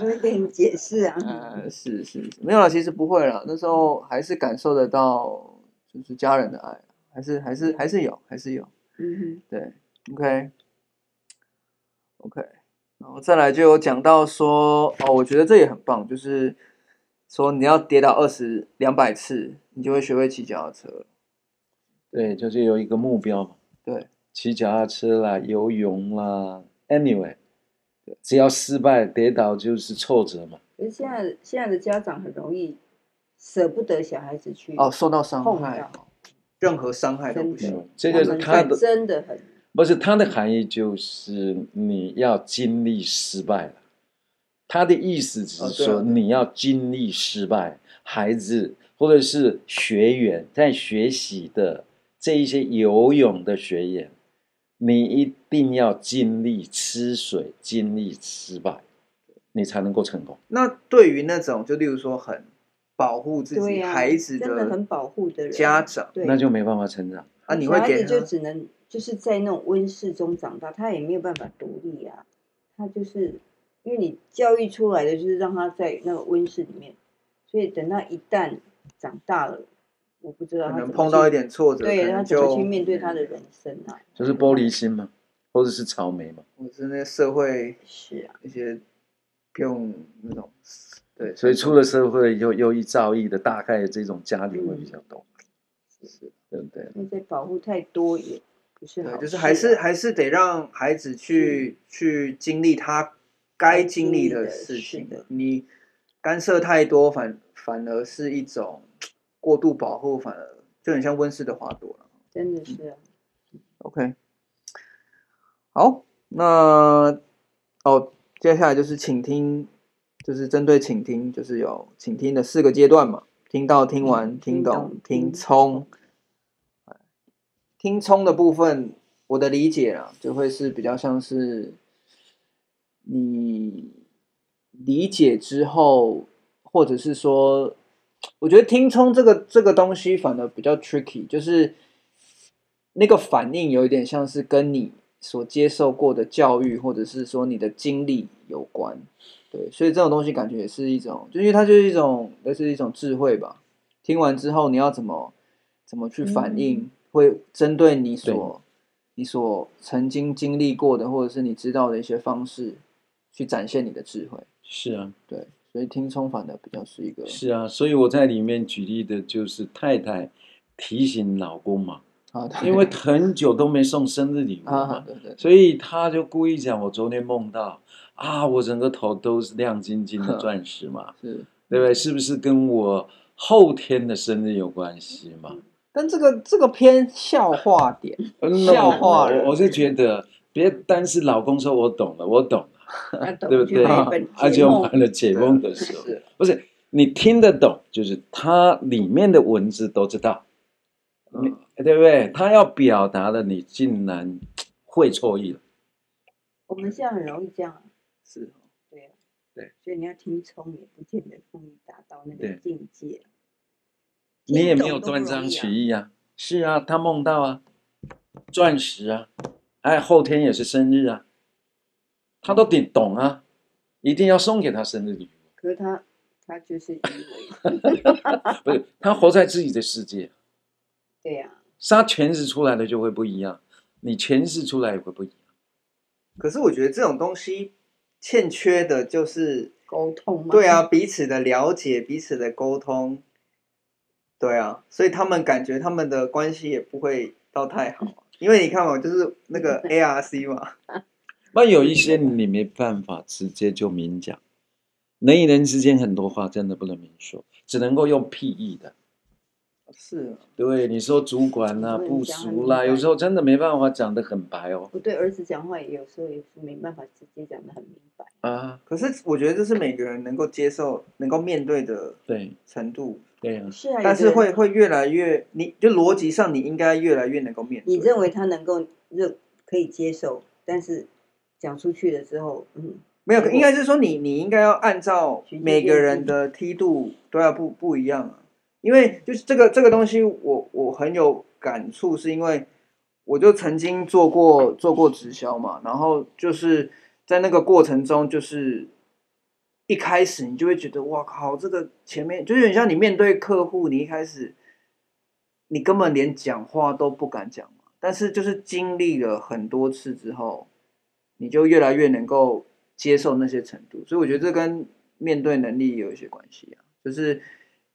都会跟你解释啊。嗯 呃，是是，是没有了，其实不会了。那时候还是感受得到，就是家人的爱，还是还是还是有，还是有。嗯对，OK，OK，、然后再来就有讲到说，哦，我觉得这也很棒，就是说你要跌倒二十两百次，你就会学会骑脚踏车了。对，就是有一个目标嘛，对，骑脚踏车啦，游泳啦，anyway，只要失败跌倒就是挫折嘛，可是现在现在的家长很容易舍不得小孩子去哦，受到伤碰害到，任何伤害都不真的行。嗯这个他们他很的真的很不是它的含义就是你要经历失败了，他的意思只哦是对啊说对啊你要经历失败，孩子或者是学员在学习的这一些游泳的学员，你一定要经历吃水，经历失败，你才能够成功。那对于那种就例如说很保护自对己呀，孩子真的很保护的人家长对，那就没办法成长。啊，你小会孩给子他就只能就是在那种温室中长大，他也没有办法独立啊。他就是因为你教育出来的，就是让他在那个温室里面，所以等他一旦长大了，我不知道可他怎能么碰到去一点挫折，对可他能怎么就去面对他的人生啊？就是玻璃心嘛，或者是草莓嘛，或者是那些社会是啊，一些用那种对，所以出了社会又又一造诣的，大概这种家庭会比较多，对不对？那些保护太多也不是好对，事啊，就是还是还是得让孩子去去经历他嗯该经历的事是情的。你干涉太多，反反而是一种过度保护，反而就很像温室的花朵了。真的 是啊， OK，好，那哦，接下来就是倾听，就是针对倾听，就是有倾听的四个阶段嘛，听到、听完、嗯听听懂懂、听听聪。听聪的部分，我的理解啊，就会是比较像是你理解之后，或者是说，我觉得听冲这个这个东西反而比较 tricky，就是那个反应有一点像是跟你所接受过的教育，或者是说你的经历有关。对，所以这种东西感觉也是一种，就因为它就是一种，那是一种智慧吧。听完之后，你要怎么怎么去反应，会针对你所你所曾经经历过的，或者是你知道的一些方式，去展现你的智慧。是啊，对，所以听冲反的比较是一个是啊，所以我在里面举例的就是太太提醒老公嘛，啊，对因为很久都没送生日礼物啊，嘛，对对所以他就故意讲我昨天梦到啊，我整个头都是亮晶晶的钻石嘛，是，对不对？是不是跟我后天的生日有关系嘛？但这个这个偏笑话点，呃那笑我话了我我是觉得别单是老公说我懂了，我懂了。那对不懂对去啊买一本？而节且目买了解封的时候，是不是啊你听得懂，就是它里面的文字都知道，嗯对不对？他要表达的，你竟然会错意了。我们现在很容易这样啊，是对啊，对，所以你要听聪也不见得容易达到那个对境界。你也没听有懂都不断容章易取啊义啊。是啊，他梦到啊，钻石啊，哎，后天也是生日啊，他都得懂啊，一定要送给他生日礼物。可是他他就是以为，不是，他活在自己的世界，对啊呀、杀全是出来的就会不一样，你全是出来也会不一样。可是我觉得这种东西欠缺的就是，沟通嘛。对啊，，彼此的了解，彼此的沟通，对啊，所以他们感觉他们的关系也不会到太好，因为你看嘛，就是那个 ARC 嘛，那有一些你没办法直接就明讲，人与人之间很多话真的不能明说，只能够用屁意的。是啊对，你说主管啦、不能部讲很署啦，明白有时候真的没办法讲得很白哦。我对儿子讲话也有时候也是没办法直接讲的很明白。啊，可是我觉得这是每个人能够接受、能够面对的对程度，对啊，是啊，有嗯但的是人会会越来越，你就逻辑上你应该越来越能够面对。你认为他能够认可以接受，但是讲出去了之后，嗯，没有，如果应该是说你你应该要按照循序每个人的梯度都要不不一样啊，因为就是这个这个东西我，我很有感触，是因为我就曾经做过做过直销嘛，然后就是在那个过程中，就是一开始你就会觉得哇靠，这个前面就是有点像你面对客户，你一开始你根本连讲话都不敢讲嘛，但是就是经历了很多次之后，你就越来越能够接受那些程度，所以我觉得这跟面对能力也有一些关系啊。就是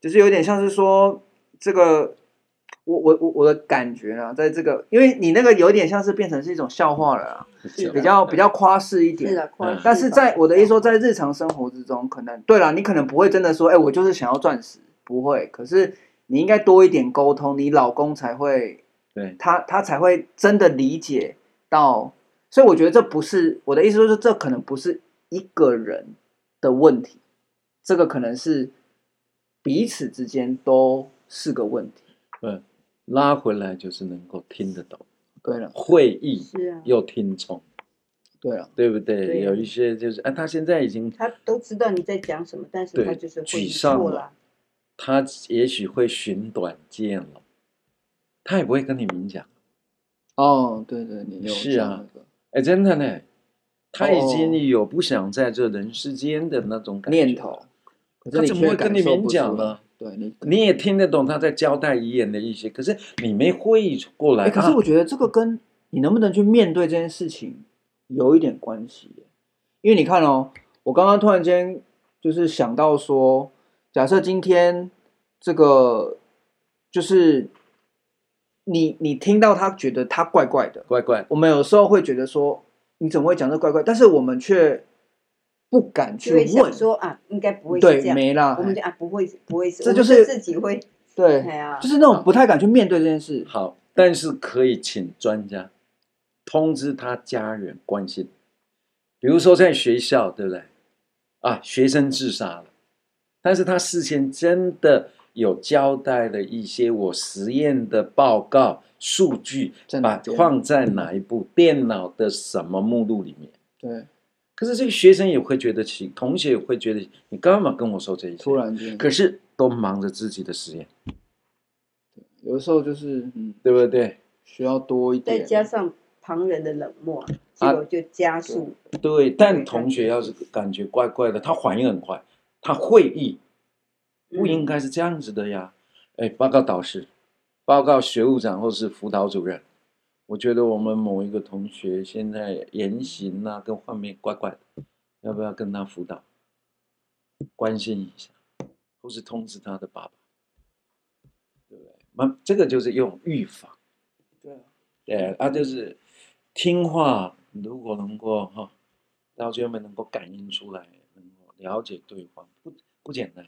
就是有点像是说这个，我我我我的感觉啊，在这个，因为你那个有点像是变成是一种笑话了啊，是的比较比较夸饰一点。是的，夸嗯饰但是吧在我的意思说，在日常生活之中，可能对了，你可能不会真的说，哎、我就是想要钻石，不会。可是你应该多一点沟通，你老公才会对，他他才会真的理解到。所以我觉得这不是我的意思，就是这可能不是一个人的问题，这个可能是彼此之间都是个问题。嗯，拉回来就是能够听得懂，对了，会意是啊，又听从，对了，对不对？对有一些就是，啊，他现在已经，他都知道你在讲什么，但是对他就是会沮意丧错了了，他也许会寻短见了，他也不会跟你明讲。哦，对对，你有是讲啊那个，哎，真的呢，他已哦经有不想在这人世间的那种感觉念头。可是他你怎么却会跟感你受明不讲出来呢？对你你也听得懂他在交代遗言的意思，可是你没会意过来。哎、可是啊我觉得这个跟你能不能去面对这件事情有一点关系耶，因为你看哦，我刚刚突然间就是想到说，假设今天这个就是你你听到他觉得他怪怪的，乖乖，我们有时候会觉得说你怎么会讲这怪怪，但是我们却不敢去就会想问，说啊，应该不会是对这，样，没啦我，们就啊不会不会是，这我们就是自己会，对，哎呀，就是那种不太敢去面对这件事，好，但是可以请专家通知他家人关心，比如说在学校，对不对？啊，学生自杀了，但是他事先真的有交代了一些我实验的报告数据在，哪把边放在哪一部电脑的什么目录里面。对，可是这个学生也会觉得奇，同学也会觉得你干嘛跟我说这一些？突，然间，可是都忙着自己的实验，有的时候就是嗯，对不对？需要多一再点，加上旁人的冷漠，结啊果就加速，对，但同感学觉要是感觉怪怪的，他反应很快，他会意，不嗯应该是这样子的呀。哎，报告导师，报告学务长或是辅导主任，我觉得我们某一个同学现在言行啊跟画面怪怪的，要不要跟他辅导，关心一下，或是通知他的爸爸，对不对？那这个就是用预防。对啊。对，啊，就是听话，如果能够哈，到最后面能够感应出来，能够了解对方，不不简单。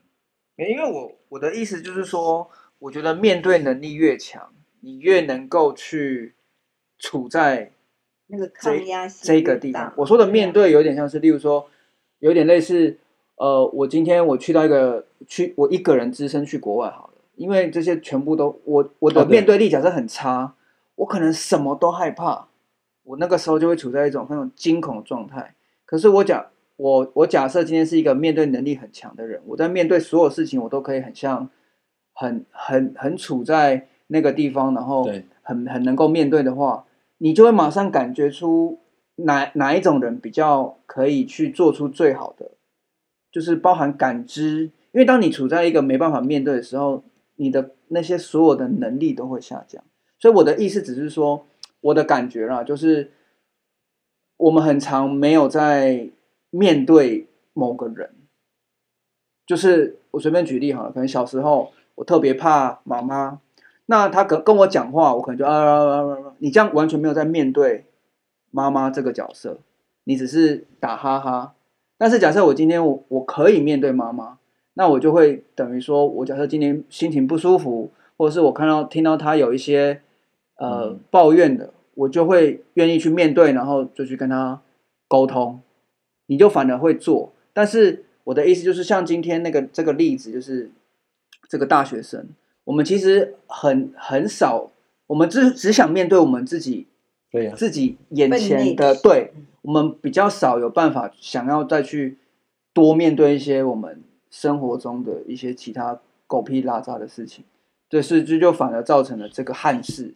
因为我我的意思就是说，我觉得面对能力越强，你越能够去处在那个抗压性这个越地方大。我说的对啊面对有点像是，例如说，有点类似，呃，我今天我去到一个去，我一个人只身去国外好了，因为这些全部都我我哦的对面对力假设很差，我可能什么都害怕，我那个时候就会处在一种那种惊恐的状态。可是我假我我假设今天是一个面对能力很强的人，我在面对所有事情，我都可以很像很很很处在那个地方，然后对很很能够面对的话，你就会马上感觉出哪哪一种人比较可以去做出最好的，就是包含感知，因为当你处在一个没办法面对的时候，你的那些所有的能力都会下降。所以我的意思只是说，我的感觉啦，就是我们很常没有在面对某个人，就是我随便举例好了，可能小时候我特别怕妈妈，那她跟跟我讲话，我可能就啊啊啊啊啊，你这样完全没有在面对妈妈这个角色，你只是打哈哈。但是假设我今天我我可以面对妈妈，那我就会等于说，我假设今天心情不舒服，或者是我看到听到她有一些呃嗯抱怨的，我就会愿意去面对，然后就去跟她沟通，你就反而会做。但是我的意思就是，像今天那个这个例子，就是这个大学生，我们其实很很少，我们只只想面对我们自己对呀、自己眼哎分前内的，事对嗯我们比较少有办法想要再去多面对一些我们生活中的一些其他狗屁拉渣的事情，对，所以这就反而造成了这个憾事。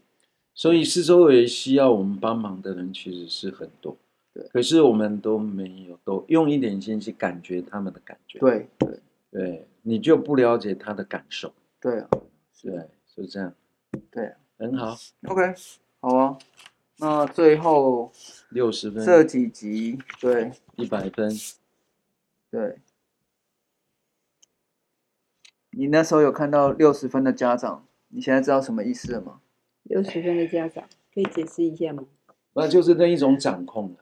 所以四周围需要我们帮忙的人其实是很多，对可是我们都没有都用一点心去感觉他们的感觉，对对对，你就不了解他的感受，对啊，对，是这样，对啊很好， ，OK，好啊。那最后六十这分，几集，对一百分，对，你那时候有看到六十分的家长，你现在知道什么意思了吗？六十分的家长啊可以解释一下吗？那就是那一种掌控了，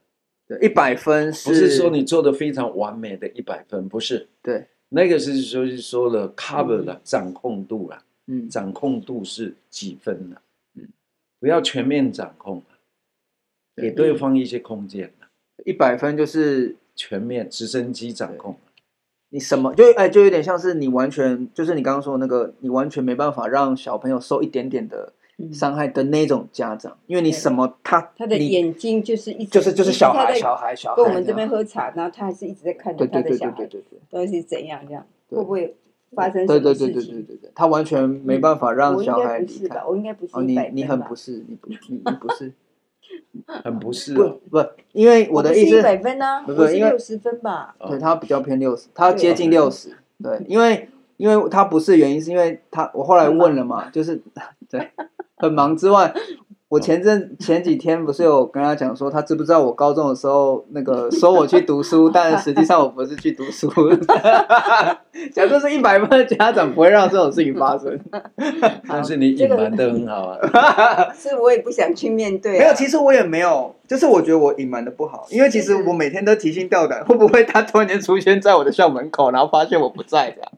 对，一百分是不是说你做的非常完美的一百分，不是对，那个是说是说了 cover 了掌控度了，嗯，掌控度是几分了，嗯嗯，不要全面掌控了，给对方一些空间了，一百分就是全面直升机掌控了，你什么就哎，就有点像是你完全就是你刚刚说的那个，你完全没办法让小朋友受一点点的嗯伤害的那种家长，因为你对什么他他的你眼睛就是一直就是就是小他孩在小孩小孩这跟样，我们这边喝茶，然后他还是一直在看着对他对的对小对孩对对对。到底是怎样这样，对会不会发生什对么对对事对对情？嗯对对，他完全没办法让我应小该孩不离是开吧？。我应该不是哦，一你百分吧？你很不是，你不你你不 是很不 是不哦不，因为我的意一思，百分啊，不是我是因为六十 分吧？哦对他比较偏六十，他接近对哦六十，对，因为因为他不是原因，是因为他我后来问了嘛，就是对很忙之外，我前阵前几天不是有跟他讲说，他知不知道我高中的时候那个说我去读书，但实际上我不是去读书， 假设是一百分的家长不会让这种事情发生。但是你这隐个瞒的很好 啊，是我也不想去面对啊。没有，其实我也没有，就是我觉得我隐瞒的不好，因为其嗯实我每天都提心吊胆，会不会他突然间出现在我的校门口，然后发现我不在这样？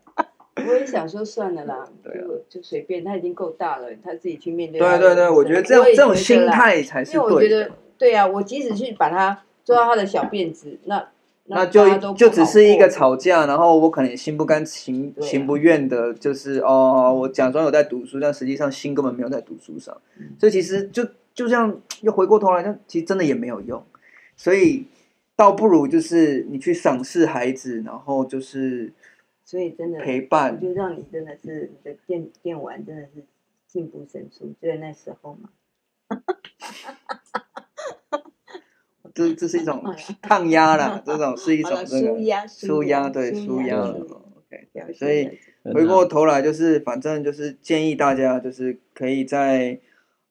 我也想说算了啦， 对啊就就随便，他已经够大了，他自己去面对他对的人对生。对，我觉得这样我也这种觉得心啦，态才是因为我对觉得的，对啊，我即使去把他抓到他的小辫子，那那大家就都不就好只是一过个吵架，然后我可能也心不甘情对啊情不愿的，就是哦，我假装有在读书，但实际上心根本没有在读书上，嗯所以其实就就这样，又回过头来，那其实真的也没有用，所以倒不如就是你去赏识孩子，然后就是所以真的陪我伴。就让你真的是你的电电玩真的是进步神速，就在那时候嘛。这嗯这是一 哎种抗压啦，这种是一好种了，这个舒压，舒压，压，对舒舒压压的舒 OK，了解所以了解啊回过头来就是，反正就是建议大家就是可以在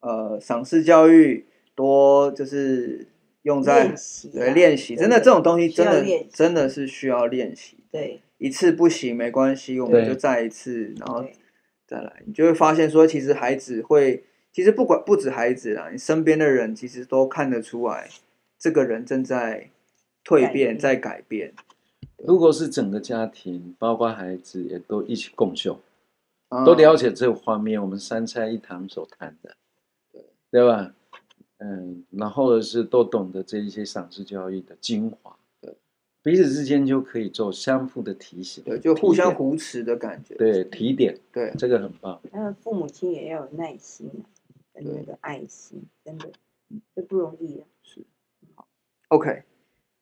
呃赏识教育多就是用在练习啊，对练习，真的对这种东西真需的要练习真的是需要练习，对一次不行没关系，我们对就再一次，然后哦对再来，你就会发现说，其实孩子会，其实不管不止孩子啦，你身边的人其实都看得出来，这个人正在蜕变，改变在改变如果是整个家庭，包括孩子也都一起共修，啊都了解这个画面，我们三菜一汤所谈的，对吧？嗯，然后是都懂得这一些赏识教育的精华，对，彼此之间就可以做相互的提醒，对，就互相提点扶持的感觉。对提点，对这个很棒。那父母亲也要有耐心啊，跟那对个爱心，真的，这不容易啊。 ，OK，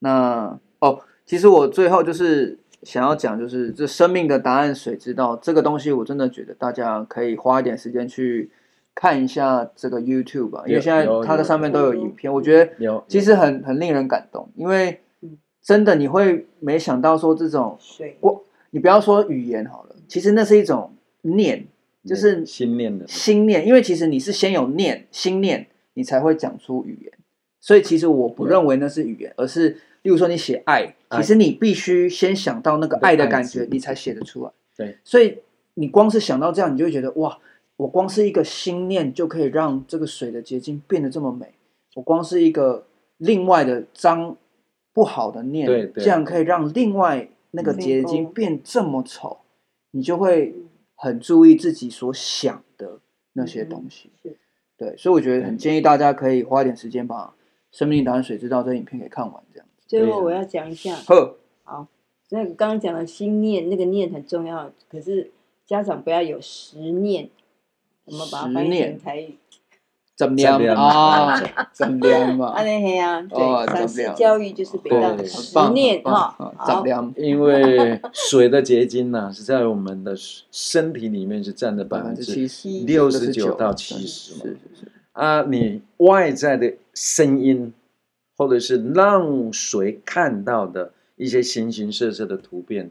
那哦，其实我最后就是想要讲，就是这生命的答案谁知道这个东西，我真的觉得大家可以花一点时间去看一下这个 YouTube 啊吧，因为有现在有它的有上面都有有影片，我觉得。有，其实很很令人感动，因为嗯真的你会没想到说这种，水，我你不要说语言好了，其实那是一种念，就是心念的，心念，因为其实你是先有念心念，你才会讲出语言，所以其实我不对认为那是语言，而是例如说你写爱，爱其实你必须先想到那个那个爱的爱感字觉，你才写得出来。对，所以你光是想到这样，你就会觉得哇，我光是一个心念就可以让这个水的结晶变得这么美，我光是一个另外的脏不好的念，对对这样可以让另外那个嗯结晶成功变这么丑，你就会很注意自己所想的那些东西。嗯是对，所以我觉得很建议大家可以花一点时间把《生命答案水之道》这影片给看完，这样。最对后啊我要讲一下，呵，那个刚刚讲的心念，那个念很重要，可是家长不要有实念，我们把它翻实译念成台语。怎么样怎么样啊？怎么样嘛 啊，？那嘿啊， 哦对，赏怎么识样教育就是别让对很实棒很念哦棒哈，啊好怎么，样？因为水的结晶呢、是在我们的身体里面是占了百分之70%六十九到七十嘛是。是是，啊，你外在的声音，或者是让谁看到的一些形形色色的突变，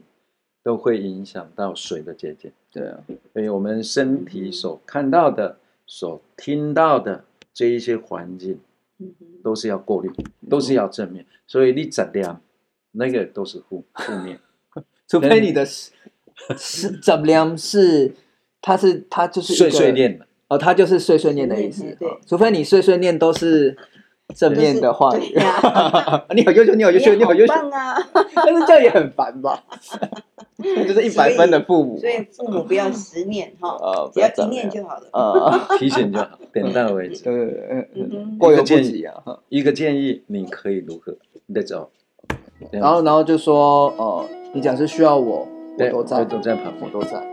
都会影响到水的结晶。对啊，所以我们身体嗯所看到的、所听到的这一些环境，嗯哼都是要过滤，都是要正 面。所以你质量那个都是负负面，除非你的是怎量是，它是它就是一碎个碎念的，哦，它就是碎碎念的意思哦碎。念除非你碎碎念都是正面的话语对，呀 你好优秀，你好优秀，你好优秀，棒啊！ 但是这样也很烦吧？ 那就是一百分的父母，所以父母不要十念 哈，呃，不只要这一念样就好了。 呃，提醒就好，点到为止。对对对，嗯嗯哼过犹不及啊。哈一个建议，你可以如何？你的走，然然后然后就说，哦，你假设需要我，我对，都我在，都在旁我边，都在，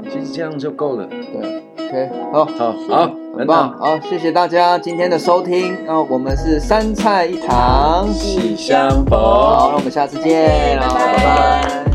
对其实这样就够了。对，OK，好。好好，很很棒，棒，好，谢谢大家今天的收听。那、我们是三菜一汤，喜相逢。好，那我们下次见，拜拜好拜拜